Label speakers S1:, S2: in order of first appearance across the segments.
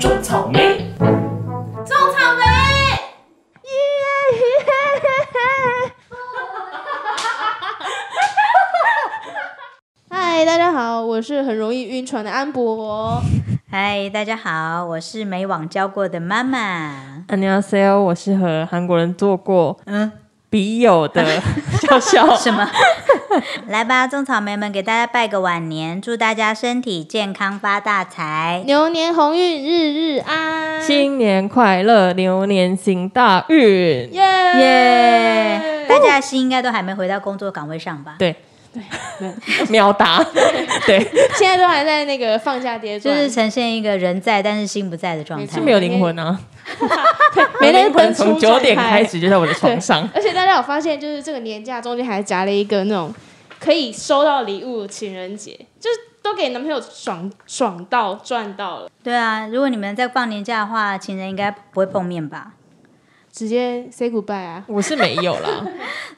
S1: 种草莓，
S2: 种草莓，
S3: 嗨，大家好，我是很容易晕船的安博。
S4: 嗨，大家好，我是没网交过的妈妈。
S5: 안녕하세요，我是和韩国人做过
S4: 嗯，
S5: 笔友的 笑笑。
S4: 什么？ 来吧，种草莓们，给大家拜个晚年，祝大家身体健康，发大财。
S3: 牛年鸿运日日安，
S5: 新年快乐，牛年行大运。
S3: 耶
S4: 耶！大家的心应该都还没回到工作岗位上吧？
S5: 对对，秒答。对，
S3: 现在都还在那个放假阶
S4: 就
S3: 段，
S4: 是呈现一个人在但是心不在的状态
S5: 是。没有灵魂啊。
S3: 没
S5: 灵
S3: 人
S5: 魂
S3: 分
S5: 从
S3: 出
S5: 九
S3: 状
S5: 点
S3: 态
S5: 开。始就在我的床上。
S3: 而且大家有发现，就是这个年假中间还夹了一个那种可以收到礼物的情人节，就是都给男朋友爽爽到赚到了，
S4: 对啊，如果你们在放年假的话，情人应该不会碰面吧？
S3: 直接 say goodbye 啊！
S5: 我是没有啦，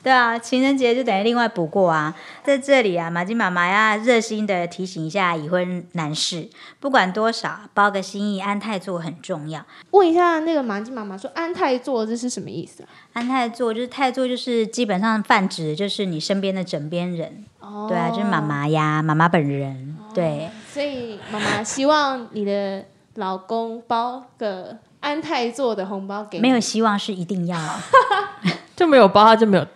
S4: 对啊，情人节就等于另外补过啊。在这里啊，马金妈妈要热心的提醒一下已婚男士，不管多少，包个心意，安泰座很重要。
S3: 问一下那个马金妈妈说安泰座这是什么意思啊？
S4: 安泰座就是泰座，就是基本上泛指就是你身边的枕边人，
S3: 哦
S4: 对啊，就是妈。妈呀，妈妈本人，对。
S3: 所以妈妈希望你的老公包个安泰座的红包给你
S4: 没有希望是一定要，
S5: 就没有包，他就没有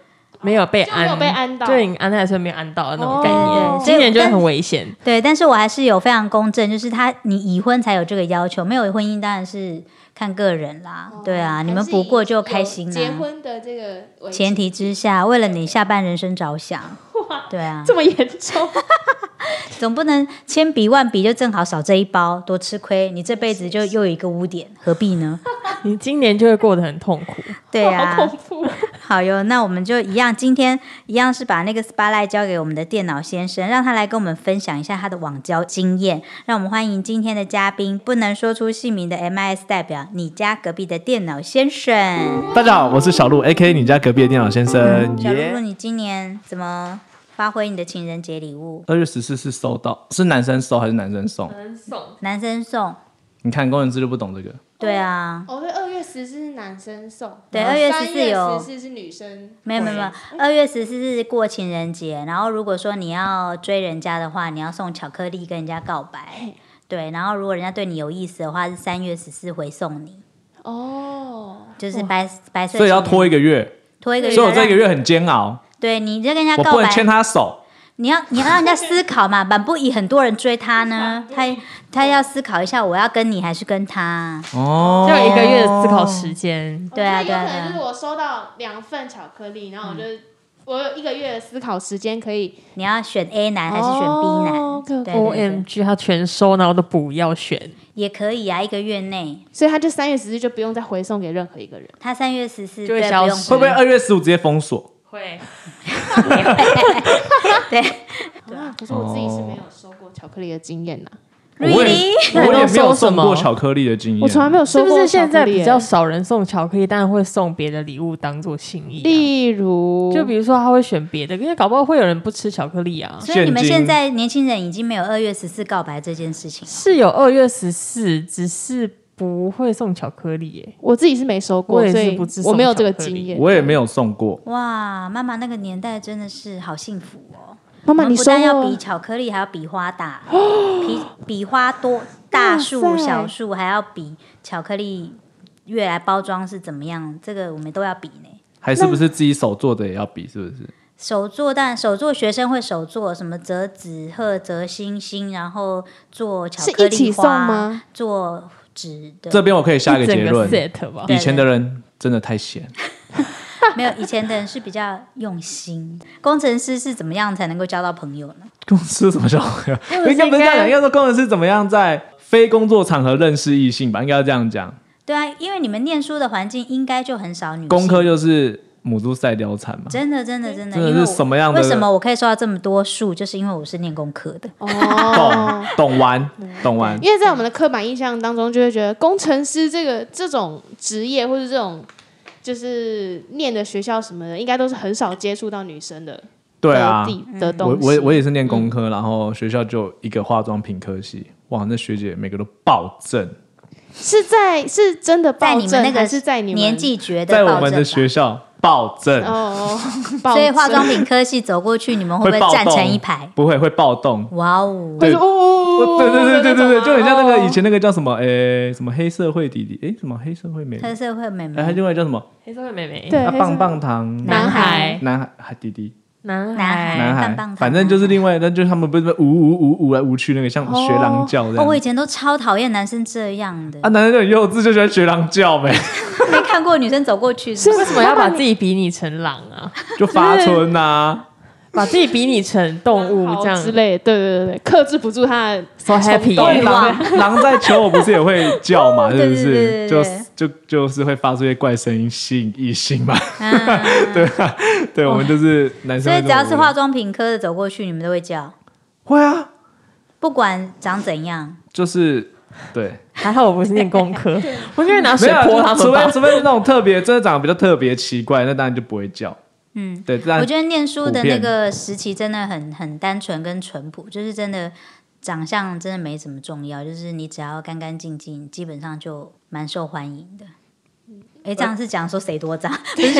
S5: 没有被
S3: 就没
S5: 安，
S3: 有被安到
S5: 就你安泰是没有安到的那种概
S3: 哦
S5: 念。今年就会很危险。
S4: 对，但是我还是有非常公正，就是他你已婚才有这个要求，没有婚姻当然是看个人啦，对啊，你们补过就开心啊
S3: 还哦是
S4: 啦、
S3: 以有结婚的这个为
S4: 前提之下，为了你下半人生着想，对啊，
S3: 这么严重，
S4: 总不能千比万比就正好少这一包，多吃亏，你这辈子就又有一个 污点，何必呢？
S5: 你今年就会过得很痛苦。
S4: 对啊，
S3: 好恐怖。
S4: 好哟，那我们就一样，今天一样是把那个 spotlight 交给我们的电脑先生，让他来跟我们分享一下他的网交经验。让我们欢迎今天的嘉宾，不能说出姓名的 MIS 代表，你家隔壁的电脑先生。
S1: 大家好，我是小鹿，A.K. 你家隔壁的电脑先生。
S4: 嗯小露
S1: 耶
S4: 露，！你今年怎么发挥你的情人节礼物？
S1: 二月十四是收到，是男生收还是男生送？
S4: 男生送？
S1: 你看工程师就不懂这个。
S4: 对啊，
S3: 哦，对，二月十四是男生送，
S4: 对
S3: 然后
S4: 2月
S3: 3
S4: 14有
S3: 十四是女生，
S4: 没有没有没有，二月十四日过情人节，然后如果说你要追人家的话，你要送巧克力跟人家告白。对，然后如果人家对你有意思的话，是三月十四回送你。
S3: 哦，
S4: 就是白白色情人，
S1: 所以要拖一个月，
S4: 拖一个月，
S1: 所以我这个月很煎熬，
S4: 对，你就跟人家
S1: 我
S4: 告
S1: 不
S4: 白
S1: 能，牵他手。
S4: 你要你要让人家思考 嘛，满不以很多人追他呢，他他要思考一下，我要跟你还是跟他？
S1: 哦，
S5: 就有一个月的思
S3: 哦
S5: 考时间。
S4: 对啊
S3: 我觉哦得有
S4: 对啊嗯
S3: 可能就
S4: 对
S3: 是我收到两份巧克力，然后我就。我有一个月的思考时间，可以
S4: 你要选 A 男还是选 B 男？
S3: 哦，OK，OK
S4: 对
S5: O
S4: 对
S5: M
S4: 对，
S5: G，他全收，然后都不要选。
S4: 也可以啊，一个月内，
S3: 所以他就三月十四就不用再回送给任何一个人。
S4: 他三月十四
S5: 就会
S4: 对
S5: 消
S4: 不用
S5: 失
S1: 会不会二月十五直接封锁？
S5: 会，
S4: 对
S3: 啊，可是我自己是没有收过巧克力的经验呐，
S5: 哦
S1: 我也
S4: ，really
S1: 我也没有
S5: 收什
S1: 送
S5: 么
S1: 过巧克力的经验。
S3: 我从来没有
S5: 是
S3: 收
S5: 不
S3: 过巧
S5: 是现
S3: 克
S5: 在
S3: 力耶。
S5: 比较少人送巧克力，但会送别的礼物当做心意啊、
S3: 例如，
S1: 哦
S5: 就比如说他会选别的，因为搞不好会有人不吃巧克力啊。
S4: 所以你们
S1: 现金
S4: 现在年轻人已经没有二月十四告白这件事情了。
S5: 是有二月十四，只是不会送巧克力耶、
S3: 我自己是没收
S5: 我
S3: 过，
S5: 也是
S3: 所以
S5: 不知
S3: 我没有这个
S5: 送巧克
S3: 经
S5: 力
S3: 验。
S1: 我也没有送过。
S4: 哇，妈妈那个年代真的是好幸福哦。
S3: 妈妈，
S4: 我
S3: 你
S4: 们不
S3: 收哦
S4: 但要
S3: 过
S4: 比巧克力，还要比花大，比比花多大
S3: 哇
S4: 树
S3: 塞
S4: 小树，还要比巧克力越来包装是怎么样，这个我们都要比呢。
S1: 还是不是自己手做的也要比，是不是？
S4: 手做，但手做学生会手做什么折纸鹤、折星星，然后做巧
S3: 是
S4: 克
S3: 一起
S4: 力
S3: 送
S4: 花
S3: 吗，
S4: 做纸的。
S1: 这边我可以下一
S5: 一
S1: 个
S5: 整
S1: 结论：
S5: set 吧。
S1: 以前的人真的太闲，
S4: 没有以前的人是比较用心。工程师是怎么样才能够交到朋友呢？
S1: 公司怎么叫？应该不是这样讲，应该说工程师怎么样在非工作场合认识异性吧？应该要这样讲。
S4: 对啊，因为你们念书的环境应该就很少女
S1: 工
S4: 性。
S1: 科就是母猪赛貂蝉嘛，
S4: 真的，真的，真的，
S1: 真的
S4: 因为
S1: 是
S4: 我
S1: 什么样的
S4: 为什么我可以收到这么多数，就是因为我是念工科的。
S3: 哦
S1: 懂。懂玩 懂玩，
S3: 因为在我们的刻板印象当中，就会觉得工程师这个这种职业或者这种就是念的学校什么的，应该都是很少接触到女生的。
S1: 对啊
S3: 的地的
S1: 我
S3: 东西。
S1: 我我也是念工
S4: 嗯
S1: 科，然后学校就有一个化妆品科系，哇，那学姐每个都暴增，
S3: 是在是真的
S4: 在
S3: 暴
S4: 你们
S3: 政，
S4: 那个
S3: 还是在你们
S4: 年？纪觉得
S1: 在
S4: 暴
S1: 我们
S4: 政
S1: 的
S4: 吧
S1: 学校暴 增，
S3: 哦，
S4: 所以化妆
S3: 品
S4: 品科系走过去，你们会
S1: 会
S4: 不会
S1: 暴
S4: 站
S1: 动
S4: 成一排？
S1: 不会会暴动，
S4: 哇哦！
S1: 对
S3: 哦哦，
S1: 对对对对对对，就很像那个以
S3: 前
S1: 前那个叫什么，诶，什么黑社会弟弟，诶，什么黑社会妹妹，
S4: 特色会美
S1: 哎，还
S4: 眉
S1: 另外叫什么
S5: 黑社会妹妹，
S3: 对
S1: 啊，
S3: 黑
S1: 棒
S3: 社
S1: 棒糖
S4: 男
S5: 孩
S1: 男孩还弟弟
S5: 男
S4: 男孩
S5: 孩，
S1: 男
S4: 棒棒
S1: 孩
S4: 糖，
S1: 反正就是另外，那就是他们不是呜呜呜呜来呜去那个，像学狼叫这
S4: 哦，我以
S1: 样。
S4: 前都超讨厌男生这样的
S1: 啊，，男生就很幼稚，就喜欢学狼叫呗，
S4: 没看过女生走过去是不
S5: 为
S4: 是
S5: 什么要把自己比拟成狼啊？
S1: 就发春啊呐。
S5: 把自己比拟成动物这样
S3: 之类，对对对对，克制不住他的
S5: so happy
S1: 因为
S3: 对
S5: 耶
S1: 狼狼在求偶不是也会 叫嘛，
S4: 对
S1: 是不
S4: 对对对对
S1: 是？就
S4: 对
S1: 就就是会发出一些怪声音吸引异性嘛。
S4: 嗯，
S1: 对，我们就是男
S4: 所
S1: 生
S4: 以
S1: 会
S4: 只
S1: 这么无聊。
S4: 要是化妆品科的走过去，你们都会叫，
S1: 会啊，
S4: 不管长怎样。
S1: 就是 对，
S5: 还好我不是念工科，我应该拿水
S1: 没有啊
S5: 泼他们
S1: 除非
S5: 吧。
S1: 除非是那种特别真的长得比较特别奇怪，那当然就不会叫。
S4: 嗯，
S1: 对，
S4: 我
S1: 但
S4: 觉得念书的那个时期真的很很单纯跟淳朴，就是真的长相真的没什么重要，就是你只要干干净净，基本上就蛮受欢迎的。
S1: 嗯
S4: 哎，这样是讲说谁多 渣？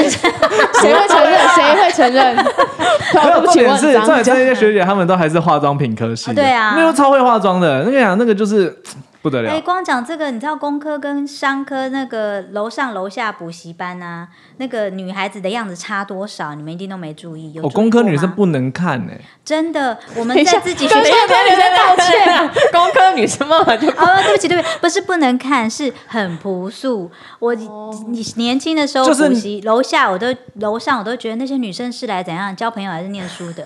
S3: 谁会承 认？谁会承认？
S1: 没
S3: 对
S1: 有
S3: 不
S1: 重
S3: 起，
S1: 点
S3: 我
S1: 是
S3: 很
S1: 重
S3: 脏
S1: 点是那些学姐她们都还是化妆品科系的，
S4: 啊对啊
S1: 那都超会化妆的。那个呀，那个就是不得
S4: 哎，
S1: 了，
S4: 光讲这个，你知道工科跟商科那个楼上楼下补习班啊，那个女孩子的样子差多少？你们一定都没注意。有
S1: 我
S4: 注意
S1: 哦工科
S4: 过
S1: 女生
S4: 吗
S1: 不能看哎。
S4: 真的，我们
S5: 等一
S4: 在
S5: 下
S4: 自己学校
S5: 跟女生道歉， 工科女生妈妈就
S4: 哦，对不起，对不起，不是不能看，是很朴素。我你年轻的时候
S1: 哦就是
S4: 补
S1: 你
S4: 习，楼下我都楼上我都觉得那些女生是来怎样交朋友还是念书的，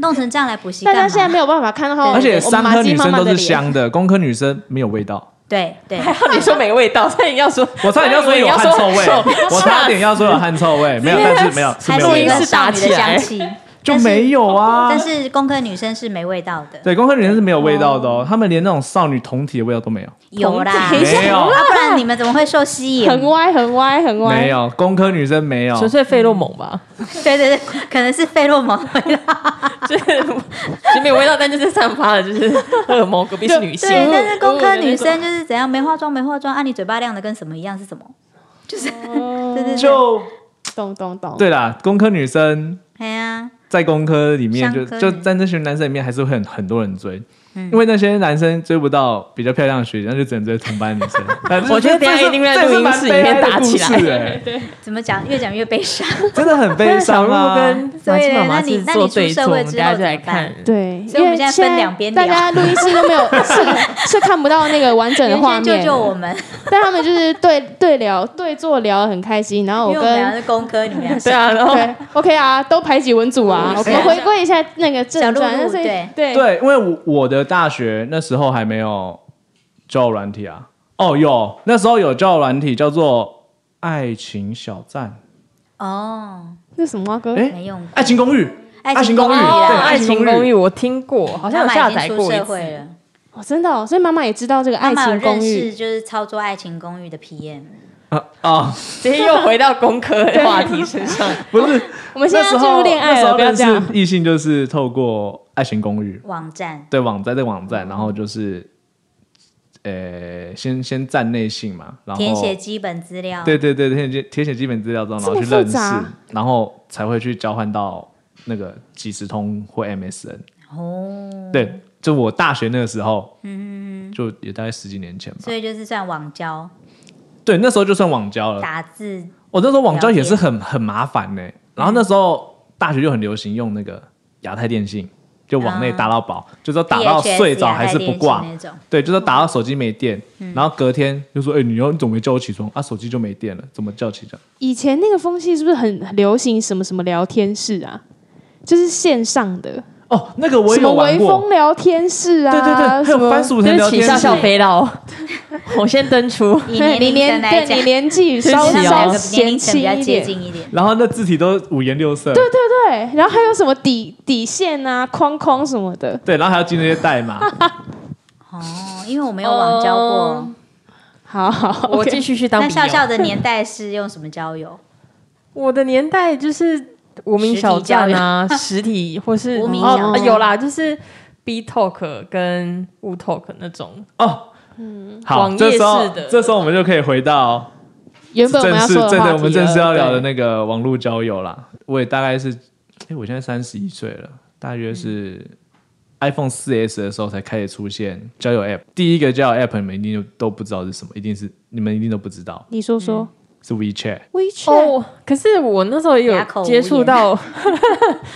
S4: 弄成这样来补习
S3: 大
S4: 干
S3: 家
S4: 嘛？
S3: 现在没有办法看
S5: 哦
S3: 到，
S1: 而且商科女生都是
S3: 香。
S1: 香 的，工科女生没有味道。
S4: 对对，
S5: 还好你说没味道，差点要说，
S1: 我差点要说有汗臭
S5: 我以为你
S1: 味，
S5: 要说
S1: 我差点要说有汗臭味， 没有，但是没有是
S4: 还
S1: 没有
S4: 是一
S1: 味
S4: 个
S1: 道
S5: 录音，室
S4: 少
S5: 打
S4: 女
S5: 起
S4: 的香
S5: 来
S4: 气，
S1: 就
S4: 但是哦
S1: 没有啊
S4: 但。是工科女生是没味道的，
S1: 对，工科女生是没有味道的哦，她们连那种少女同体的味道都没有，
S4: 有啦，
S5: 同
S1: 志没有
S4: 啊不然你们怎么会受吸引？
S3: 很歪，很歪，很
S4: 哦
S3: 歪。
S1: 没有工科女生没有，
S5: 纯粹费洛蒙吧，
S4: 对对对，可能是费洛蒙的味道。
S5: 就是就没有味道，但就是散发的就是荷尔蒙，隔壁是女性，
S1: 嗯
S4: 对，但是工科女生就是怎样，没化妆没化妆，啊，你嘴巴亮的跟什么一样是什么？
S3: 哦，
S4: 对对对，
S1: 就
S3: 懂懂懂。
S1: 对啦，工科女生
S4: 哎呀，
S1: 在工科里面就
S4: 商科
S1: 就
S4: 女嗯
S1: 在那群男生里面还是会很很多人追。因为那些男生追不到比较漂亮的学姐，那就只能追同 班女生。但是
S5: 我觉得
S1: 这
S5: 等一
S1: 是
S5: 下一定会在
S1: 这是
S5: 录音
S1: 蛮
S5: 室里
S1: 悲
S5: 面
S1: 哀的
S5: 打
S1: 故
S5: 起
S1: 事
S5: 来
S1: 欸
S4: 怎么讲？越讲越悲伤。
S1: 真的很悲
S5: 小
S1: 伤
S5: 鹿
S1: 啊。
S5: 跟马
S4: 对
S5: 奇妈
S4: 那
S5: 妈
S4: 你
S5: 是
S4: 那你
S5: 做
S4: 出
S5: 对
S4: 社
S5: 错，我
S4: 会
S5: 们
S4: 之
S5: 大家
S4: 后
S5: 就来
S4: 怎么办
S5: 看。
S3: 对，
S4: 所以我们
S3: 因为
S4: 现在分两边聊
S3: 大家录音室都没有是 是看不到那个完整的
S4: 圆
S3: 画
S4: 圈
S3: 面
S4: 救，救我们，
S3: 但他们就是对对聊对坐聊得很开心，然后
S4: 因
S3: 我
S4: 为我们俩
S3: 哦跟
S4: 是工科，你们俩
S5: 对
S4: 是。
S5: 啊，然后
S3: 对 OK 啊，都排挤文组啊，我
S4: 是啊
S3: 们回归一下那个正
S4: 小
S3: 传
S4: 鹿，鹿
S3: 所以
S4: 对
S3: 对
S1: 对，因为我我的大学那时候还没有交友软体啊。哦，有那时候有交友软体叫做“爱情小站
S4: 哦，
S3: 那什么啊哥，
S1: 诶
S4: 没用过。
S1: 爱情公寓爱情公寓
S5: 哦，
S1: 对
S4: 啊
S5: 爱
S1: 爱
S5: 情
S1: 情
S5: 公
S1: 公
S5: 寓
S1: 寓
S5: 我听过，好
S4: 好
S5: 像有下载
S4: 出
S5: 过一
S4: 社
S5: 次
S4: 会。了，
S3: 哦真的，哦，所以妈妈也知道这个
S4: 妈
S3: 爱
S4: 妈有
S3: 情公
S4: 认
S3: 寓
S4: 识就是操作爱情公寓的 PM，”
S1: 啊啊，
S5: 今天又回到工科的话题身上，
S1: 不是。
S3: 我们现在
S1: 那
S3: 要进
S1: 时候
S3: 入恋爱
S1: 哦那时
S3: 了，
S1: 候
S3: 不要
S1: 认
S3: 这样
S1: 识。异性就是透过“爱情公寓
S4: 网站”。
S1: 对网站对网站，然后就是，呃，先先站内信嘛，然后
S4: 填写基本资料。
S1: 哦对对对填写填写基本资料之后，然
S3: 这么
S1: 后去认
S3: 复
S1: 识
S3: 杂，
S1: 然后才会去交换到那个即时通或 MSN。
S4: 哦，
S1: 对，就我大学那个时候，
S4: 嗯
S1: 就也大概十几年前吧
S4: 所。以就是算网交，
S1: 对，那时候就算网交了。
S4: 打字
S1: 我那时候网交
S4: 了解
S1: 也是很很麻烦呢、然后那时候大学就很流行用那个亚太电信，就往内打到饱，
S4: 啊
S1: 就说打到
S4: DHS
S1: 睡着
S4: 呀
S1: 还是
S4: 带
S1: 不
S4: 电嗯视
S1: 挂。
S4: 那 种。
S1: 对，就说打到手机没电，然后隔天就说：“哎、你要你怎么没叫我起床啊？手机就没电了，怎么叫起床？”
S3: 以前那个风气是不是很流行什么什么聊天室啊？就是线上的，
S1: 哦，那个我
S3: 什
S1: 也
S3: 么
S1: 有玩
S3: 微
S1: 过
S3: 风。聊天室啊，
S1: 对对对，还
S3: 什
S1: 有
S3: 么
S1: 番薯藤
S5: 对 不
S1: 聊
S5: 起，
S1: 天
S5: 笑
S1: 室
S5: 笑，肥佬，我先登出。
S4: 以
S3: 对你
S4: 年龄层
S3: 年
S4: 来
S3: 对
S4: 讲，
S3: 你年纪
S5: 对不
S3: 稍
S5: 起
S4: 他们
S5: 哦
S4: 两
S3: 稍
S4: 个年
S3: 嫌
S4: 龄层比
S3: 弃
S4: 较
S3: 一
S4: 接
S3: 点，
S4: 近一点。
S1: 然后那字体都五颜六色。对对
S3: 对，然后还有什么底底线啊、框框什么的，
S1: 对，然后还要记那些 代码。
S4: 哦，因为我没有网交过
S5: 哦。
S3: 好好，
S5: 我
S3: OK
S5: 继续去当
S4: 那
S5: 笔友
S4: 笑笑的年代是用什么交友？
S5: 我的年代就是无名小站啊，实体或是
S4: 无名
S5: 哦
S4: 小
S5: 啊
S4: 站
S5: 有啦，就是 B Talk 跟 U Talk 那种，
S1: 哦，好，
S5: 网页
S1: 这时候
S5: 式的
S1: 这时候我们就可以回到
S3: 原本我们
S1: 正
S3: 要
S1: 式
S3: 说的
S1: 正
S3: 话
S1: 对
S3: 题
S1: 我们正式
S3: 了
S1: 要聊
S3: 对
S1: 的那个网络交友啦。我也大概是，哎，我现在三十一岁了，大
S5: 嗯
S1: 约是 iPhone 四 S 的时候才开始出现交友 App。第一个交友 App 你们一定都不知道是什么，一定是你们一定都不知道，
S3: 你说说
S1: 是 WeChat。
S4: 嗯
S3: WeChat，
S5: 哦，可是我那时候也
S4: 哑口无
S5: 有接触 到，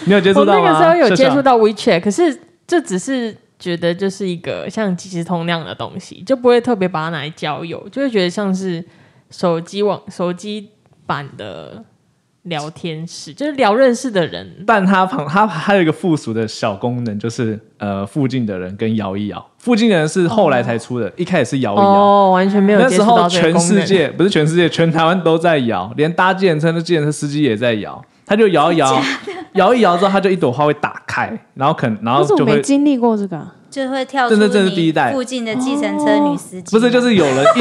S1: 你有接触
S5: 我
S1: 到
S5: 那
S1: 吗？
S5: 个时候有接触
S1: 秀秀，
S5: 到 WeChat，可是这只是觉得就是一个像即时通那样的东西，就不会特别把它拿来交友，就会觉得像是手机网手机版的聊天室，就是聊认识的人。
S1: 但它旁它还有一个附属的小功能，就是呃附近的人跟摇一摇。附近的人是后来才出的，一开始是摇一摇。
S5: 哦，完全没有
S1: 那
S5: 接
S1: 时
S5: 触
S1: 候
S5: 到这个
S1: 全
S5: 功
S1: 世
S5: 能。
S1: 界不是全世界，全台湾都在摇，连搭计程车的计程车司机也在摇，他就摇一摇，摇一摇之后，他就一朵花会打开，然后可能然后
S2: 可是我
S1: 就
S2: 没
S1: 会
S2: 经历过这个啊，
S4: 就会跳出
S1: 真的真的第一
S4: 你
S1: 代
S4: 附近的计程车女司机，
S1: 不是就是有人一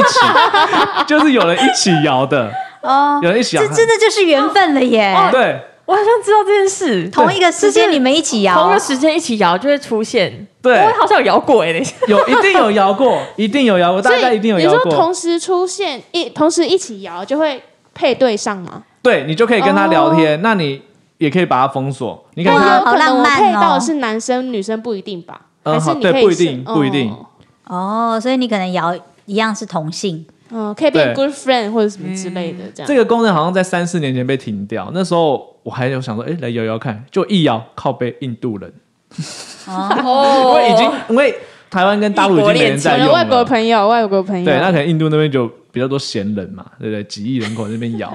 S1: 起，就是有人一起摇的，
S4: 哦，
S1: 有人一起摇哦
S4: 这，真的就是缘分了耶！
S5: 哦
S1: 对
S5: 我好像知道这件事，
S4: 同一个时间你们一起摇
S5: 同一个，时间一起摇就会出现。
S1: 对
S5: 我，好像有摇过哎、等一下
S1: 有一定有摇过，一定有摇过，大
S3: 所
S1: 家
S3: 以
S1: 一定有
S3: 你
S1: 摇
S3: 说
S1: 过，
S3: 同时出现一同时一起摇就会配对上吗？
S1: 对你就可以跟他
S5: 哦
S1: 聊天，那你也可以把他封锁，你看
S3: 但
S1: 他
S3: 有可
S4: 好浪
S3: 能我
S4: 漫
S3: 配
S4: 哦
S3: 到的是男生女生不一定吧？
S1: 嗯
S3: 还是
S1: 好
S3: 你
S1: 对
S3: 可以
S1: 不一
S3: 是
S1: 定不一定
S3: 哦
S4: 哦，所以你可能摇一样是同性，
S3: 嗯，可以变
S1: 对
S3: good friend 或者什么之类
S4: 嗯
S3: 的，这样
S1: 这个功能好像在三四年前被停掉，那时候我还有想说，哎，来摇摇看，就一摇靠背印度人。因
S5: 哦
S1: 为已经因为台湾跟大陆已经没人在
S3: 我
S1: 用
S3: 的外国
S1: 了，
S3: 朋友，外国朋友，
S1: 对，那可能印度那边就比较多闲人嘛，对不对？几亿人口那边 摇，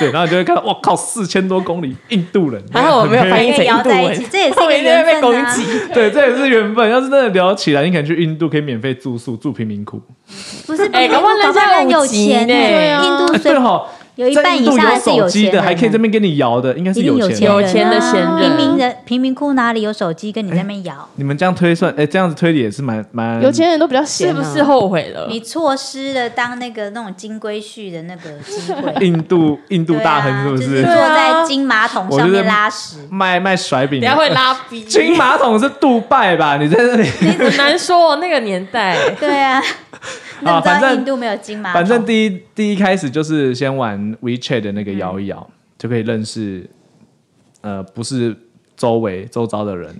S1: 对，然后你就会看到，哇靠，四千多公里印度人，
S5: 还好我没有翻译
S4: 可
S5: 成
S4: 以摇
S5: 印度
S4: 在一起，
S5: 文，
S4: 这也是一
S5: 后
S4: 个
S5: 面就会被
S4: 缘
S5: 攻
S4: 分啊！
S5: 击。
S1: 对，这也是缘分。要是真的聊起来，你可能去印度可以免费住宿，住贫民窟。
S4: 不是，
S5: 哎
S4: 搞
S5: 搞不好人家
S4: 很有
S5: 有急
S4: 钱
S5: 呢
S3: 对啊
S4: 印度
S1: 哎，对
S4: 虽
S1: 哈，
S4: 有一
S1: 哎哦在
S4: 半
S1: 印
S4: 以
S1: 度
S4: 上
S1: 有
S4: 是
S1: 手机
S4: 钱
S1: 的，
S4: 人啊，
S1: 还可以这边跟你摇的，应该是
S4: 一定有
S1: 钱人。
S5: 有钱的闲
S4: 啊
S5: 人
S4: 贫民的贫民窟哪里有手机跟你在那边 摇？
S1: 你们这样推算，哎，这样子推理也是蛮蛮
S3: 有钱人都比较
S5: 是
S3: 闲啊，
S5: 不是后悔了？
S4: 你错失了当那个那种金龟婿的那个机会，
S1: 印度印度
S4: 对啊
S1: 大亨是不
S4: 就是
S1: 是
S4: 坐？在金马桶上面拉 屎，
S1: 卖卖甩饼
S5: 等一下
S1: 的，
S5: 会拉逼，
S1: 金马桶是杜拜吧？你在 这里。
S5: 很难说哦，那个年代。
S4: 对啊。那
S1: 啊
S4: 你知
S1: 反
S4: 道
S1: 正
S4: 印度没有金马桶？
S1: 反正第一第一开始就是先玩 WeChat 的那个摇一摇，
S5: 嗯
S1: 就可以认识，呃，不是周围周遭的人。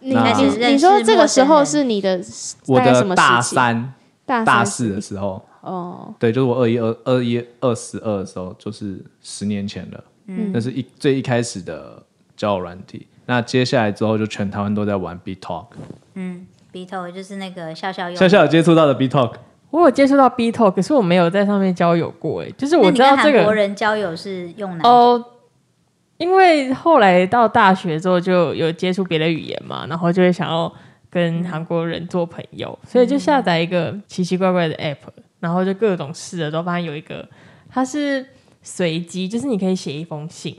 S3: 你
S1: 那
S3: 你你说这个时候是你的
S1: 我
S3: 大概什
S1: 的
S3: 么
S1: 大
S3: 时期？
S1: 三、
S3: 大
S1: 大
S3: 四
S1: 四的时候，
S3: 哦，
S1: 对，就是我二一二二一二十二的时候，就是十年前了。嗯，那是一最一开始的交友软体。那接下来之后，就全台湾都在玩 B Talk，
S4: 嗯鼻头就是那个笑笑用
S1: 笑笑有接触到的 B Talk，
S5: 我有接触到 B Talk，可是我没有在上面交友过哎、就是
S4: 那
S5: 我
S4: 你
S5: 知
S4: 跟
S5: 道这
S4: 韩国
S5: 个
S4: 人交友是用哪一种？
S5: 哦，因为后来到大学之后就有接触别的语言嘛，然后就会想要跟韩国人做朋友，所以就下载一个奇奇怪怪的 app，然后就各种试了，都发现有一个它是随机，就是你可以写一封信。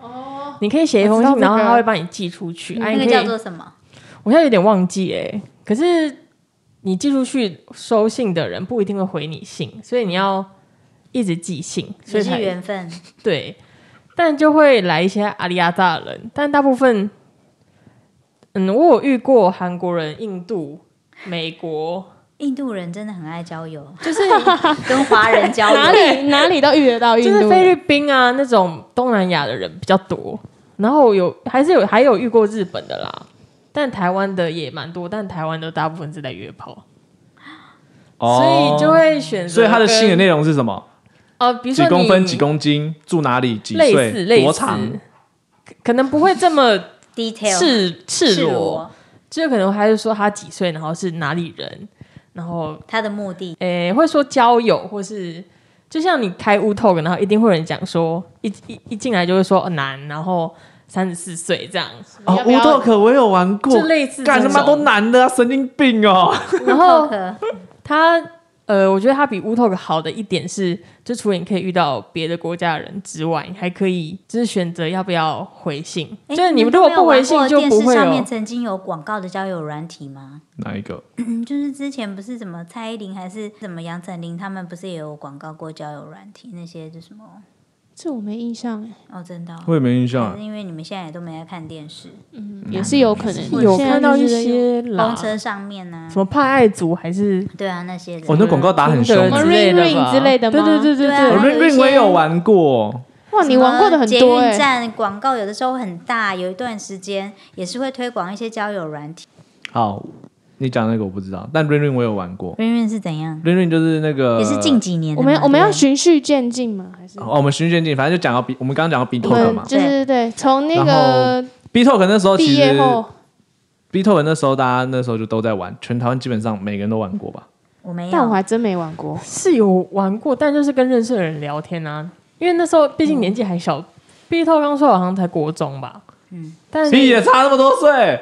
S5: 哦，你可以写一封
S3: 我
S5: 信，
S3: 知道这个
S5: 然后他会帮你寄出去。哎、
S4: 嗯那
S5: 你
S4: 个
S5: 可以
S4: 叫做什么？
S5: 我现在有点忘记哎、可是你寄出去收信的人不一定会回你信，所以你要一直寄信，
S4: 也
S5: 所以
S4: 是
S5: 才
S4: 缘分。
S5: 对。但就会来一些阿里亚大人，但大部分，嗯，我有遇过韩国人、印度、美国，
S4: 印度人真的很爱交友，
S5: 就是
S4: 跟华人交
S3: 哪
S4: 友。
S3: 里哪里都遇得到印
S5: 就
S3: 度人，
S5: 是菲律宾啊那种东南亚的人比较多，然后有还是有还有遇过日本的啦，但台湾的也蛮多，但台湾的大部分是在约炮。所以就会选择跟。
S1: 哦所以他的信的内容是什么？
S5: 哦，比如说
S1: 几
S5: 你
S1: 公分、几公斤，住哪里，几
S5: 类似类似
S1: 岁，多长，
S5: 可可能不会这么
S4: detail
S5: 赤赤
S4: 赤
S5: 裸，
S4: 裸，
S5: 就可能还是说他几岁，然后是哪里人，然后
S4: 他的目的
S5: 诶、会说交友，或是就像你开乌 talk，然后一定会有人讲说一一一进来就会说呃男，然后三十四岁这样，
S1: 哦
S3: 要，不
S1: 乌
S3: 要
S1: 豆可我有玩
S4: 哦
S1: 过，
S5: 就类似
S1: 干
S5: 这
S1: 他妈
S5: 种
S1: 都男的、啊，神经病哦！
S5: 然后
S4: Talk
S5: 他呃，我觉得他比乌托克好的一点是，就除了你可以遇到别的国家的人之外，你还可以就是选择要不要回信。
S4: 诶
S5: 就是
S4: 你
S5: 你
S4: 们
S5: 如
S4: 都
S5: 果
S4: 没有
S5: 不回
S4: 玩
S5: 信
S4: 过
S5: 就
S4: 电
S5: 不
S4: 视
S5: 会
S4: 上面
S5: 有。
S4: 曾经有广告的交友软体吗？
S1: 哪一个？
S4: 嗯，就是之前不是怎么蔡依林还是怎么杨丞琳他们不是也有广告过交友软体那些就什么
S3: 这我没印象哎，
S4: 哦，真的、哦，
S1: 我也没印象啊
S4: 还是。因为你们现在也都没在看电视，
S3: 嗯，也是有可能。
S5: 有
S3: 现在
S5: 看到
S3: 就
S5: 一
S3: 是
S5: 些啦
S4: 公，车上面呢、
S5: 什么怕爱族还是
S4: 对啊，那些的。
S1: 哦，那广告打很
S5: 什
S1: 凶。
S3: 什么
S5: 么
S1: 哦
S5: 之
S3: Ring
S5: 类的吧
S3: Ring 之类的吗？
S5: 对对对对
S4: 对啊
S1: ，Ring
S3: 有一些
S1: Ring 我也有玩过，
S3: 哇，你玩过的很
S4: 捷
S3: 多
S4: 运
S3: 哎。
S4: 站广告有的时候很大，有一段时间也是会推广一些交友软体。
S1: 好，你讲那个我不知道，但 Ring Ring 我有玩过。
S4: 润润是怎样？
S1: Ring Ring 就是那个
S4: 也是近几年的
S3: 呃我
S4: 嘛
S3: 们我们要
S4: 对不对啊
S3: 循序渐进吗？还是
S1: 哦，我们循序渐进，反正就讲到 B，我们刚刚讲到 B
S3: 我
S1: Talk
S3: 们
S1: 嘛
S3: 就是对，从那
S1: 然
S3: 个
S1: ，B Talk 那时候其
S3: 毕业
S1: 实
S3: 后
S1: B Talk 那时候大家那时候就都在玩，全台湾基本上每个人都玩过吧。
S4: 我没
S3: 但我
S4: 有，
S3: 还真没玩过。
S5: 是有玩过，但就是跟认识的人聊天啊，因为那时候毕竟年纪还小，毕透刚说好像才国中吧，嗯，但是
S1: 屁也差那么多岁，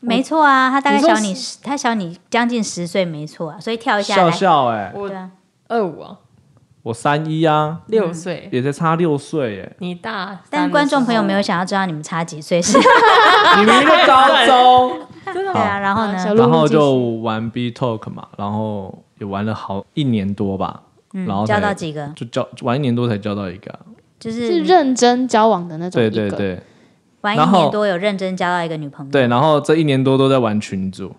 S4: 没错啊，他大概
S5: 你说
S4: 小你十，他小你将近十岁，没错啊，所以跳一下
S1: 笑
S4: 来，
S1: 笑哎，
S5: 我
S4: 对啊，
S5: 二五啊，
S1: 我三一啊，
S5: 六岁，
S1: 也才差六岁 哎，
S5: 你大，
S4: 嗯但是观众朋友没有，想要知道你们差几 岁
S3: 哦
S4: 是？
S1: 你明明就高中。
S5: 真的
S4: 对啊，
S1: 好
S4: 然后
S3: 啊
S4: 呢
S3: 小？鹿
S1: 然后就玩 B Talk 嘛，然后也玩了好一年多吧，然后
S4: 嗯，
S1: 才
S4: 交到几个？
S1: 就交玩一年多才交到一个啊、
S4: 就是
S3: 是认真交往的那种
S1: 对
S3: 一
S1: 对
S3: 个，
S1: 对
S4: 玩一
S1: 然后
S4: 年多有认真交到一个女朋友，
S1: 对，然后这一年多都在玩群组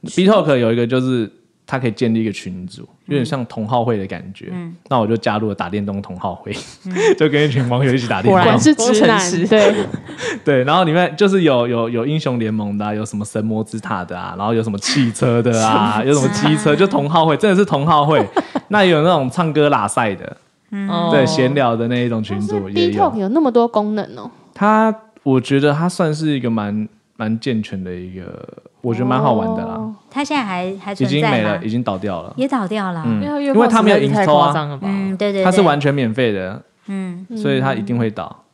S1: ，B Talk 有一个就是它可以建立一个群组，有点像同好会的感觉。
S4: 嗯
S1: 那我就加入了打电动同好会， 就跟一群网友一起打电
S5: 果
S1: 动
S5: 然
S3: 管。是直
S5: 工程
S3: 男
S5: 师，
S3: 对，
S1: 对，然后里面就是有有有英雄联盟的、啊，有什么神魔之塔的啊，然后有什么汽车的啊，有什么机车，就同好会，真的是同好会。那也有那种唱歌拉赛的，
S4: 嗯
S5: 哦
S1: 对闲聊的那一种群
S3: 是
S1: 组也
S3: B Talk
S1: 有。
S3: 有那么多功能哦。
S1: 它我觉得它算是一个蛮蛮健全的一个，我觉得蛮好玩的啦。
S3: 哦
S4: 她现在还还
S1: 已
S4: 存
S1: 经没
S4: 在
S1: 了
S4: 吗，？
S1: 已经倒掉了。
S4: 也倒掉了。
S1: 嗯
S5: 因
S1: 因为他没有营
S5: 太
S1: 收
S5: 夸
S1: 啊，
S5: 张了吧？
S3: 哦
S4: 嗯，对对对，
S1: 它是完全免费的，
S4: 嗯。
S1: 所以它一定会倒。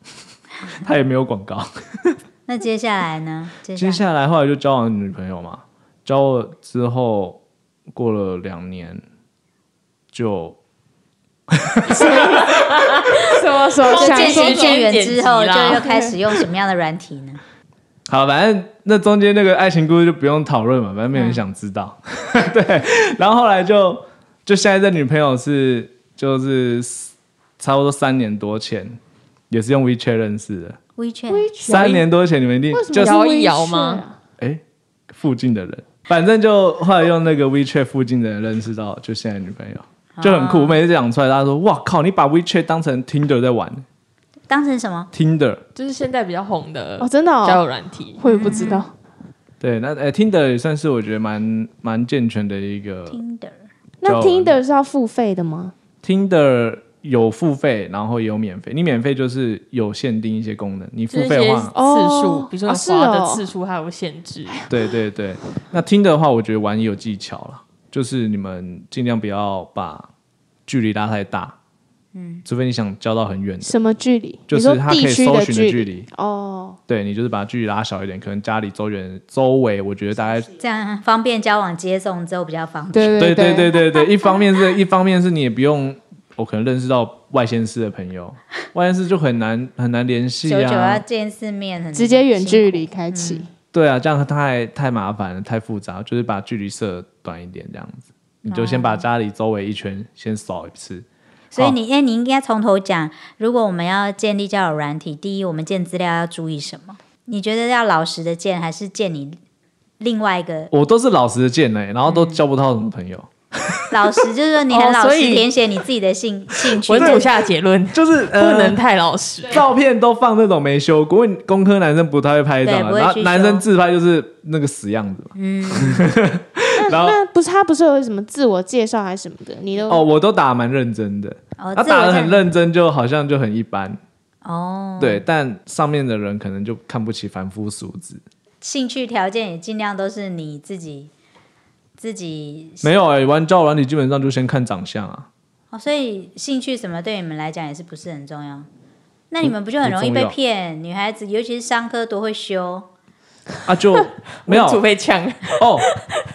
S1: 它也没有广告。
S4: 那接下来 呢？接
S1: 接
S4: 下来
S1: 下来后来就交往女朋友嘛，交往之后过了两年就
S3: 什么时候
S5: 空
S4: 就
S5: 间
S3: 想说
S4: 渐行渐远之后，
S5: 剪
S4: 就
S5: 辑啦
S4: 又开始用什么样的软体呢？
S1: 好，反正那中间那个爱情故事就不用讨论嘛，反正没有人想知道。
S3: 嗯
S1: 对，然后后来就就现在这女朋友是就是差不多三年多前，也是用 WeChat 认识的。
S4: WeChat
S1: 三年多前你们一定
S3: 为什
S1: 就
S3: 么
S1: 是
S5: 摇
S3: 要
S5: 一摇
S3: 微
S5: 吗
S3: 信啊？
S1: 哎附近的人，反正就后来用那个 WeChat 附近的人认识到就现在女朋
S3: 啊
S1: 友，就很酷。每次讲出来，大家说哇靠，你把 WeChat 当成 Tinder 在玩
S4: 当成什么？
S1: ，Tinder。
S5: 就是现在比较红的
S3: 哦，真的哦，
S5: 交友软体，
S3: 我也不知道。
S1: 对，那呃，Tinder 也算是我觉得蛮蛮健全的一个
S4: Tinder
S3: 那
S1: 交友
S3: Tinder 是要付费的吗？
S1: Tinder 有付费，然后也有免费。你免费就是有限定一些功能，你
S5: 就
S1: 付
S5: 是一
S1: 费的
S5: 些
S1: 话，
S5: 次数
S3: 哦，
S5: 比如说
S3: 哦是
S5: 滑的
S3: 哦
S5: 次数还有限制，
S1: 对对对。那 Tinder 的话，我觉得玩也有技巧了，就是你们尽量不要把距离拉太大，嗯，除非你想交到很远的，
S3: 什么距离？
S1: 就
S3: 你说
S1: 是它可
S3: 地
S1: 以
S3: 区
S1: 搜
S3: 的
S1: 寻的距
S3: 距
S1: 离，
S3: 哦，
S1: 对你就是把距离拉小一点，可能家里周远周围，我觉得大概。
S4: 这样方便交往接送之后比较方便。
S3: 对
S1: 对对
S3: 对
S1: 对对对，一方面是一 方面是你也不用，我可能认识到外县市的朋友，外县市就很难很难联系
S4: 久
S1: 啊，
S4: 久要见一次面，很
S3: 直接远距
S4: 辛苦。
S3: 离开启。
S1: 对啊，这样太太麻烦了，太复杂，就是把距离设短一点，这样子，你就先把家里周围一圈先扫一次。
S4: 所以你，哎，你应该从头讲。如果我们要建立交友软体，第一，我们建资料要注意什么？你觉得要老实的建，还是建你另外一个
S1: 我都是老实的见呢、然后都交不到什么朋友，
S4: 老实？就是说你
S5: 哦
S4: 很老
S5: 所
S4: 实
S5: 以
S4: 填写你自己的兴兴趣
S5: 我。主下结论，
S4: 嗯
S1: 就是
S5: 不
S1: 呃
S5: 能太老实。
S1: 照片都放那种没修过，因为工科男生不太会拍照
S4: 对
S1: 啊，
S4: 不会
S1: 然后
S4: 去修
S1: 男生自拍就是那个死样子嘛。嗯然后
S3: 那不是他不是有什么自我介绍还是什么的？你都
S1: 哦，我都打得蛮认真的，
S4: 嗯哦，
S1: 他
S4: 自我
S1: 打的
S4: 介
S1: 很认真，就好像就很一般。
S4: 哦，
S1: 对，但上面的人可能就看不起凡夫俗子。
S4: 兴趣条件也尽量都是你自己自己、
S1: 没有哎、玩交友软体基本上就先看长相啊。
S4: 哦，所以兴趣什么对你们来讲也是不是很重要？那你们不就很
S1: 不
S4: 容易
S1: 重
S4: 被
S1: 要
S4: 骗？女孩子尤其是商科多会修，
S1: 啊就没有
S5: 主被呛，
S1: 哦。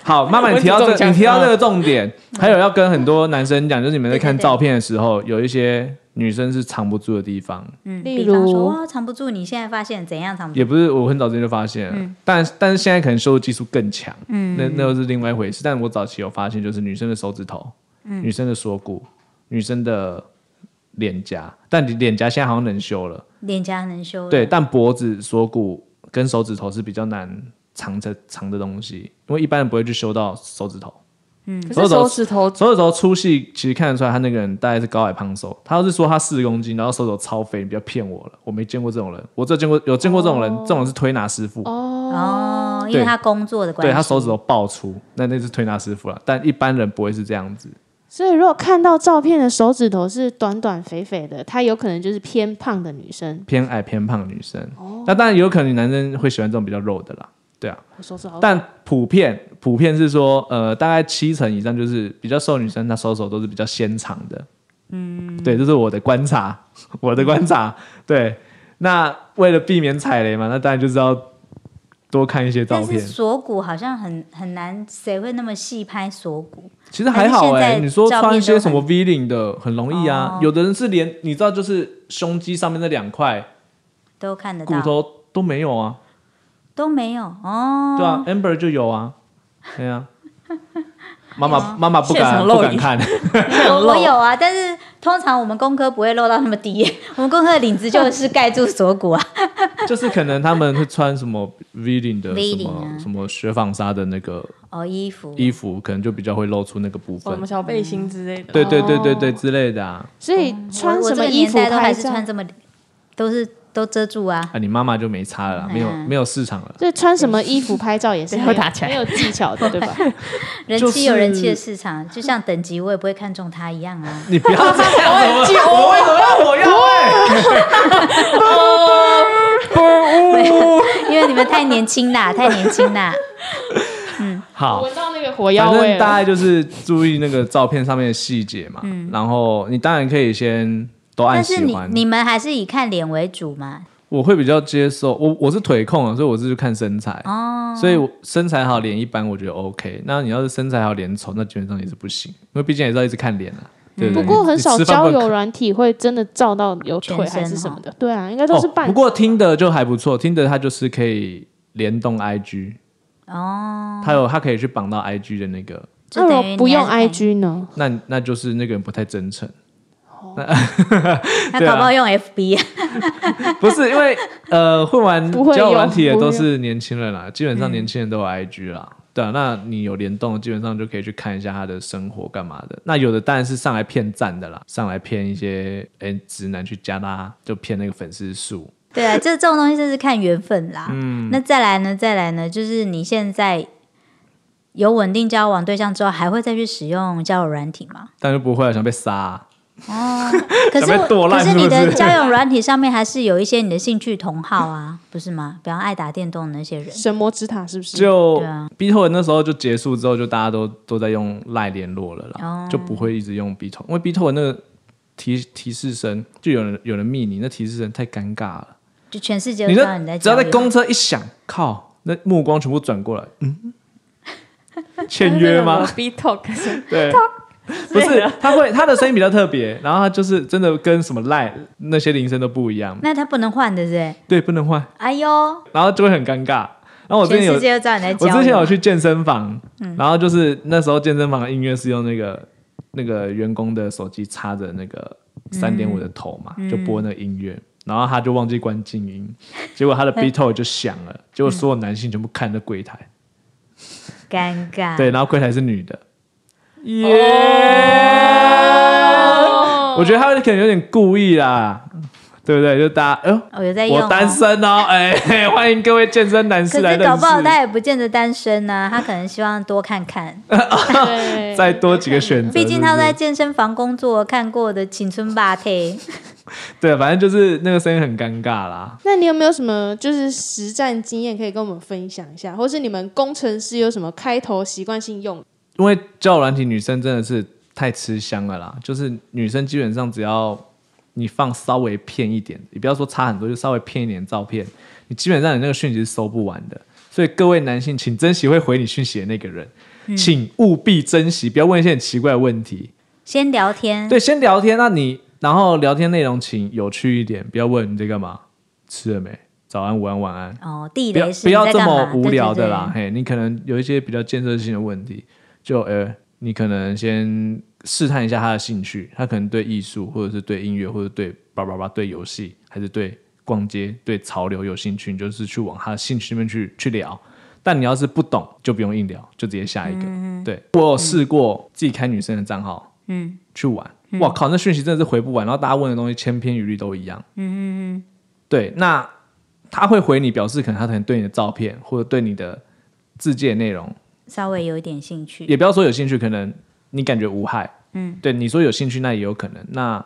S1: 好，妈妈，你提到
S5: 我
S1: 这
S5: 主动
S1: 个，
S5: 讲
S1: 你提到这个重点，还有要跟很多男生讲，就是你们在看
S4: 对对对
S1: 照片的时候，有一些女生是藏不住的地方，
S4: 嗯，
S3: 例
S4: 比方说
S3: 如
S4: 哇藏不住，你现在发现怎样藏不住？
S1: 也不是我很早之前就发现了，但但是现在可能修技术更强，嗯，那那又是另外一回事。但我早期有发现，就是女生的手指头，女生的锁骨，女生的脸颊，但你脸颊现在好像能修了，
S4: 脸颊能修了
S1: 对，，但脖子、锁骨跟手指头是比较难藏着藏的东西，因为一般人不会去修到手指头。
S5: 可是手指头
S1: 手指头粗细其实看得出来，他那个人大概是高矮胖瘦。他要是说他四十公斤，然后手指头超肥，你不要骗我了，我没见过这种人，我只有见过有见过这种人，这种人是推拿师傅，
S4: 哦，因为
S1: 对
S4: 他工作的关系，
S1: 对他手指头爆粗，那那是推拿师傅了，但一般人不会是这样子。
S3: 所以如果看到照片的手指头是短短肥肥的，她有可能就是偏胖的女生。
S1: 偏矮偏胖女生。那当然有可能男生会喜欢这种比较肉的啦，对啊。
S3: 我手指好，
S1: 但普遍普遍是说，呃，大概七成以上就是比较瘦女生，她手手都是比较纤长的。嗯，对，这是我的观察， 我的观察。对，那为了避免踩雷嘛，那当然就是要多看一些照
S4: 但是
S1: 片。
S4: 锁骨好像很很难，谁会那么细拍锁骨？
S1: 其实还
S4: 但
S1: 好
S4: 是
S1: 哎、
S4: 现在
S1: 你说穿一些
S4: 照片都
S1: 什么
S4: 很
S1: V 领的很容易啊，
S4: 哦
S1: 有的人是连你知道就是胸肌上面那两块
S4: 都看得
S1: 骨
S4: 到，
S1: 头都没有啊，
S4: 都没有 哦。
S1: 对啊，Amber 就有啊，对 啊，妈
S4: 哦
S1: 妈妈妈不
S5: 现场
S1: 敢
S5: 露
S1: 不敢
S5: 影
S1: 看，
S4: 我我有啊，但是通常我们工科不会露到那么低， 我们工科的领子就是盖住锁骨啊。
S1: 就是可能他们会穿什么 V 领的
S4: V
S1: 什
S4: 领
S1: 么
S4: 啊
S1: 什么雪纺纱的那个
S4: 哦，衣服，
S1: 衣服，可能就比较会露出那个部
S5: 什
S1: 分
S5: 么。小背心之类的，
S1: 对对对对对之类的啊，
S3: 所以穿
S4: 我
S3: 什
S4: 这
S3: 么
S4: 个
S3: 衣
S4: 年
S3: 服
S4: 代都
S3: 拍
S4: 还是
S3: 照，
S4: 穿这么，都是都遮住啊。
S1: 啊，你妈妈就没差了啦，没有没有市场了。
S3: 就是穿什么衣服拍照也是
S5: 对
S3: 没有
S5: 会打起来
S3: 没有技巧 的，对吧？
S4: 人
S1: 就
S4: 气有人气的
S1: 是
S4: 市场，就像等级我也不会看中他一样啊。
S1: 你不要这样，我记我为什么要我要哎？
S4: 因为你们太年轻啦，太年轻 啦。
S1: 好
S3: 我，闻到那个火药
S1: 反
S3: 味
S1: 正大
S3: 了。
S1: 概就是注意那个照片上面的细节嘛。然后你当然可以先都按
S4: 但
S1: 喜
S4: 是你
S1: 欢。
S4: 你们还是以看脸为主嘛。
S1: 我会比较接受，我我是腿控啊，所以我是去看身材，
S4: 哦，
S1: 所以我身材好脸一般我觉得 OK。那你要是身材好脸丑，那基本上也是不行，因为毕竟也是要一直看脸啊。
S4: 嗯
S1: 对
S3: 不
S1: 对
S3: 过很少交。
S1: 你你吃饭不
S3: 友
S1: 能
S3: 软体会真的照到有腿
S4: 全身
S3: 还是什么的，对啊，应该都
S1: 哦
S3: 是半。
S1: 不过听的就还不错，听的它就是可以联动 IG，
S4: 哦，
S1: 它有它可以去绑到 IG 的那个，
S3: 那
S4: 就
S3: 如
S4: 等
S3: 果嗯
S4: 于
S3: 不
S4: 你
S3: 用
S4: 还是
S3: IG 呢？
S1: 那那就是那个人不太真诚。
S4: 看，他
S1: 对啊
S4: 搞不好用 FB 啊。
S1: 不是因为呃，会 玩
S3: 不会
S1: 交友
S3: 用嗯
S1: 软体的
S3: 不会
S1: 都是年轻人啦，基本上年轻人都有 IG 啦。对啊，那你有联动，基本上就可以去看一下他的生活干嘛的。那有的当然是上来骗赞的啦，上来骗一些哎、诶直男去加他，就骗那个粉丝数。
S4: 对啊，这这种东西真是看缘分啦。嗯，那再来呢？再来呢？就是你现在有稳定交往对象之后，还会再去使用交友软体吗？
S1: 但是不会啊想被杀啊、
S4: 哦，可是
S1: 想被
S4: 我
S1: 剁
S4: 可
S1: 烂
S4: 是
S1: 是不
S4: 你的
S1: 是
S4: 交友软体上面还是有一些你的兴趣同好啊，不是吗？比方爱打电动的那些人，
S3: 神魔之塔是不是？
S1: 就
S4: 对啊
S1: B 头那时候就结束之后，就大家都都在用赖联络了啦，
S4: 哦
S1: 就不会一直用 B 头，因为 B 头那个提提示声，就有人有人密你，那提示声太尴尬了。
S4: 就全世界都
S1: 你
S4: 知道
S1: 那
S4: 你在
S1: 只要
S4: 交
S1: 在
S4: 友
S1: 公车一响，靠，那目光全部转过来，嗯，签约吗？
S5: ？B Talk 是
S1: 对，
S5: 之
S1: 不
S5: 类
S1: 是
S5: 的，
S1: 他会他的声音比较特别，然后他就是真的跟什么赖那些铃声都不一样，
S4: 那他不能换的是不是？
S1: 对，不能换，
S4: 哎呦，
S1: 然后就会很尴尬。然后我之
S4: 全
S1: 前有
S4: 世界都知道你 在交嗯
S1: 我
S4: 友。
S1: 之前有去健身房，然后就是那时候健身房的音乐是用那个那个员工的手机插着那个
S4: 嗯
S1: 三点五的头嘛，就播那个音乐，然后他就忘记关 静音，结果他的 B t o 就响了，结果所有男性全部看着柜台，
S4: 尴尬，
S1: 对，然后柜台是女的，耶、
S4: 哦
S5: 哦
S1: 我觉得他可能有点故意啦，对不对？就大家，哎呦。
S4: 我有在用、哦。
S1: 我单身哦，哎、 欢迎各位健身男士
S4: 可
S1: 来
S4: 是
S1: 认识。
S4: 搞不好他也不见得单身呢、他可能希望多看看，
S3: 对，
S1: 再多几个选择，
S4: 嗯毕竟
S1: 是不
S4: 他
S1: 是
S4: 在健身房工作看过的青春霸体，
S1: 对，反正就是那个声音很尴尬啦。
S3: 那你有没有什么就是实战经验可以跟我们分享一下，或是你们工程师有什么开头习惯性用？
S1: 因为交友软体女生真的是太吃香了啦，就是女生基本上只要你放稍微骗一点，你不要说差很多，就稍微骗一点照片，你基本上你那个讯息是收不完的。所以各位男性，请珍惜会回你讯息的那个人，请务必珍惜，不要问一些很奇怪的问题。
S4: 先聊天，
S1: 对，先聊天，那你然后聊天内容请有趣一点，不要问你在干嘛，吃了没，早安、午安、晚安。
S4: 哦，地
S1: 不要
S4: 雷是
S1: 不要
S4: 你
S1: 这
S4: 在干
S1: 么
S4: 嘛
S1: 无聊的啦，
S4: 对对对
S1: 嘿，你可能有一些比较建设性的问题，就呃，你可能先试探一下他的兴趣，他可能对艺术，或者是对音乐，或者对叭叭叭，对游戏，还是对逛街、对潮流有兴趣，你就是去往他的兴趣那边去去聊。但你要是不懂，就不用硬聊，就直接下一个。对我有试过自己开女生的账号，嗯，去玩，哇靠，那讯息真的是回不完，然后大家问的东西千篇一律都一样。嗯嗯嗯，对，那他会回你，表示可能他可能对你的照片或者对你的字界内容
S4: 稍微有一点兴趣，
S1: 也不要说有兴趣，可能你感觉无害，嗯，对，你说有兴趣，那也有可能，那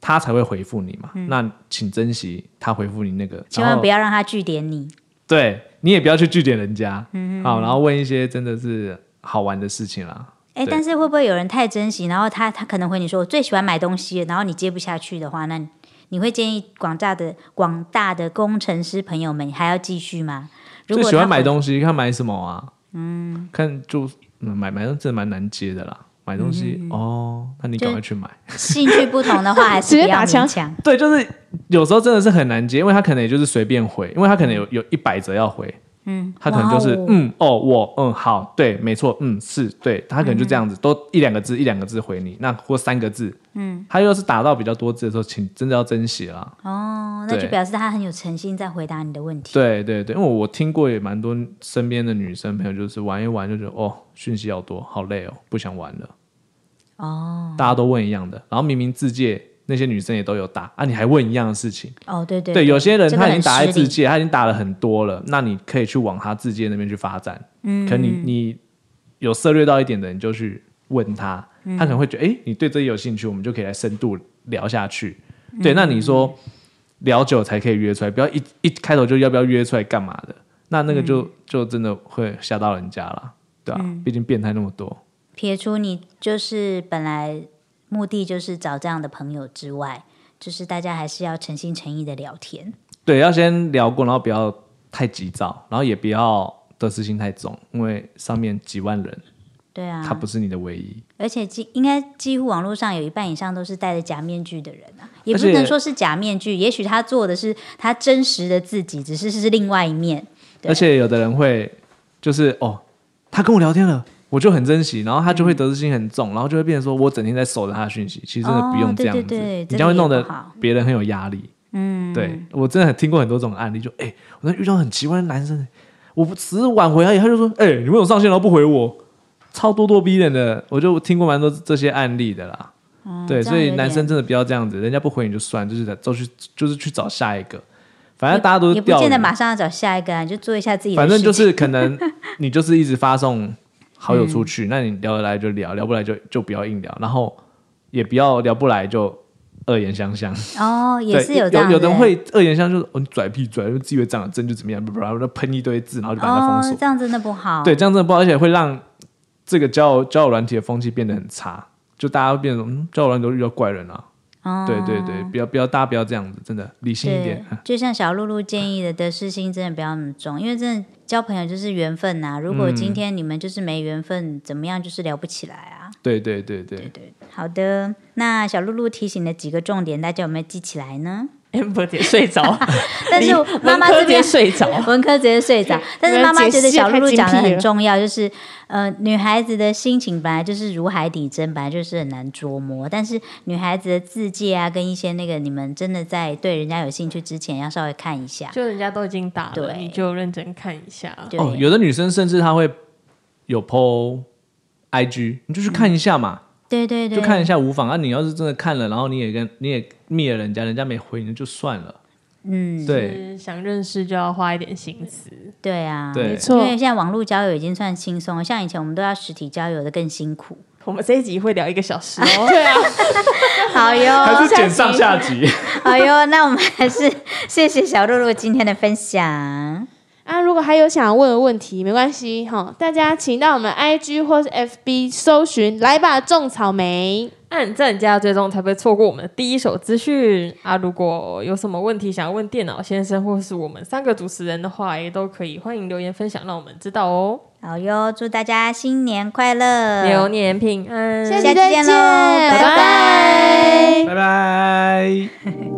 S1: 他才会回复你嘛。那请珍惜他回复你那个，
S4: 千万不
S1: 要
S4: 要让他据点你。
S1: 对你也不要去拒点人家，嗯，好，然后问一些真的是好玩的事情啦。
S4: 哎，
S1: 对
S4: 但是会不会有人太珍惜，然后他他可能回你说我最喜欢买东西了，然后你接不下去的话，那你你会建议广大的广大的工程师朋友们还要继续吗？如
S1: 最
S4: 果
S1: 喜欢
S4: 他
S1: 买
S4: 回
S1: 东西，看买什么啊？嗯，看就嗯买买东西真的蛮难接的啦。买东西、哦，那你赶快去买。
S4: 兴趣不同的 话，还是
S3: 直接
S4: 不要
S3: 打枪
S4: 勉强。
S1: 对，就是有时候真的是很难接，因为他可能也就是随便回，因为他可能有有一百则要回，嗯，他可能就是、
S4: 哇哦
S1: 嗯哦我嗯好对没错嗯是对，他可能就这样子，都一两个字一两个字回你，那或三个字，嗯，他要是打到比较多字的时候，请真的要珍惜啦。
S4: 哦，那就
S1: 对
S4: 表示他很有诚心在回答你的问题。
S1: 对对对，因为我听过也蛮多身边的女生朋友，就是玩一玩就觉得哦讯息好多，好累哦，不想玩了。哦，大家都问一样的，然后明明自介那些女生也都有打啊，你还问一样的事情。
S4: 哦，对对
S1: 对，有些人
S4: 这个
S1: 他已
S4: 很
S1: 经打
S4: 失
S1: 在自
S4: 礼
S1: 界，他已经打了很多了，那你可以去往他自界那边去发展。嗯，可能你你有涉略到一点的，你就去问他，
S4: 嗯
S1: 他可能会觉得，哎、你对这里有兴趣，我们就可以来深度聊下去。
S4: 嗯
S1: 对，那你说聊久才可以约出来，不要一一开头就要不要约出来干嘛的，那那个就、
S4: 嗯
S1: 就真的会吓到人家了，对啊，毕竟变态那么多。
S4: 撇除你就是本来目的就是找这样的朋友之外，就是大家还是要诚心诚意的聊天。
S1: 对，要先聊过，然后不要太急躁，然后也不要得失心太重，因为上面几万人，
S4: 对啊，
S1: 他不是你的唯一。
S4: 而且几应该几乎网络上有一半以上都是戴着假面具的人啊，也
S1: 而
S4: 不
S1: 且
S4: 能说是假面具，也许他做的是他真实的自己，只是是另外一面。对
S1: 而且有的人会就是哦，他跟我聊天了，我就很珍惜，然后他就会得失心很重，然后就会变成说我整天在守着他的讯息，其实真的不
S4: 嗯哦
S1: 用这
S4: 对
S1: 样子，
S4: 对对
S1: 你
S4: 这
S1: 这样
S4: 个
S1: 会
S4: 也
S1: 弄
S4: 不
S1: 得
S4: 好
S1: 别人很有压力。嗯，对我真的很听过很多这种案例，就哎、我那遇到很奇怪的男生，我不只是挽回而已，他就说哎、你为什么上线然后不回我？超咄咄逼人的，我就听过蛮多这些案例的啦。对，
S4: 哦这样
S1: 所以
S4: 有
S1: 男生
S4: 点
S1: 真的不要这样子，人家不回你就算，就是就去就是去找下一个，反正大家都
S4: 也
S1: 是
S4: 不
S1: 钓鱼
S4: 见得马上要找下一个、啊，你就做一下自己的
S1: 反
S4: 事情。
S1: 正就是可能你就是一直发送
S4: 嗯
S1: 好友出去，那你聊得来就聊，聊不来就就不要硬聊，然后也不要聊不来就恶言相向。
S4: 哦，也
S1: 对
S4: 是
S1: 有
S4: 这样
S1: 有的人
S4: 人
S1: 会恶言相向，就是哦你拽屁拽，就自以为长得真就怎么样，然后就喷一堆字，然后就把他封锁
S4: 哦，。这样真的不好。
S1: 对，这样真的不好，而且会让这个交友交友软体的风气变得很差，就大家会变成嗯，交友软体都遇到怪人啊。
S4: 哦，
S1: 对对对，不要不要，大家不要这样子，真的理性一点
S4: 对。，就像小露露建议的，得失心真的不要那么重，因为真的交朋友就是缘分呐、如果今天你们就是没缘分，怎么样就是聊不起来啊。
S1: 对 对对对，
S4: 好的，那小露露提醒的几个重点，大家有没有记起来 呢？
S5: amber 姐睡 着，
S4: 但是我妈妈这
S5: 直接
S4: 边
S5: 睡着，
S4: 文科直接睡 着，但是妈妈觉得小露露讲的很重要，就是呃，女孩子的心情本来就是如海底针，本来就是很难捉摸。但是女孩子的字界啊，跟一些那个，你们真的在对人家有兴趣之前，要稍微看一下。
S5: 就人家都已经打了，
S4: 对
S5: 你就认真看一下。
S4: 对，
S1: 哦，有的女生甚至她会有 PO IG，你就去看一下嘛，
S4: 对对嗯对，
S1: 就看一下无妨啊。你要是真的看了，然后你也跟你也灭了人家，人家没回你就算了。
S4: 嗯，
S1: 对
S5: 就是想认识就要花一点心思，
S4: 对啊，
S1: 对，
S5: 错
S4: 因为现在网络交友已经算轻松了，像以前我们都要实体交友的更辛 苦。
S5: 我们这一集会聊一个小时哦。 对啊，
S4: 好哟，
S1: 还是剪上下集。
S4: 好哟，那我们还是 谢谢小露露今天的分享。
S3: 啊，如果还有想问的问题，没关系哈，大家请到我们 IG 或是 FB 搜寻“来吧种草莓
S5: 按赞加追踪才不会错过我们的第一手资讯啊！如果有什么问题想问电脑先生或是我们三个主持人的话，也都可以欢迎留言分享，让我们知道哦。
S4: 好哟，祝大家新年快乐！
S5: 牛年平安，”，
S3: 嗯下
S4: 下
S3: 期
S4: 期
S3: 再
S4: 见
S3: 见，
S4: 喽拜拜
S3: 拜拜
S1: 拜拜。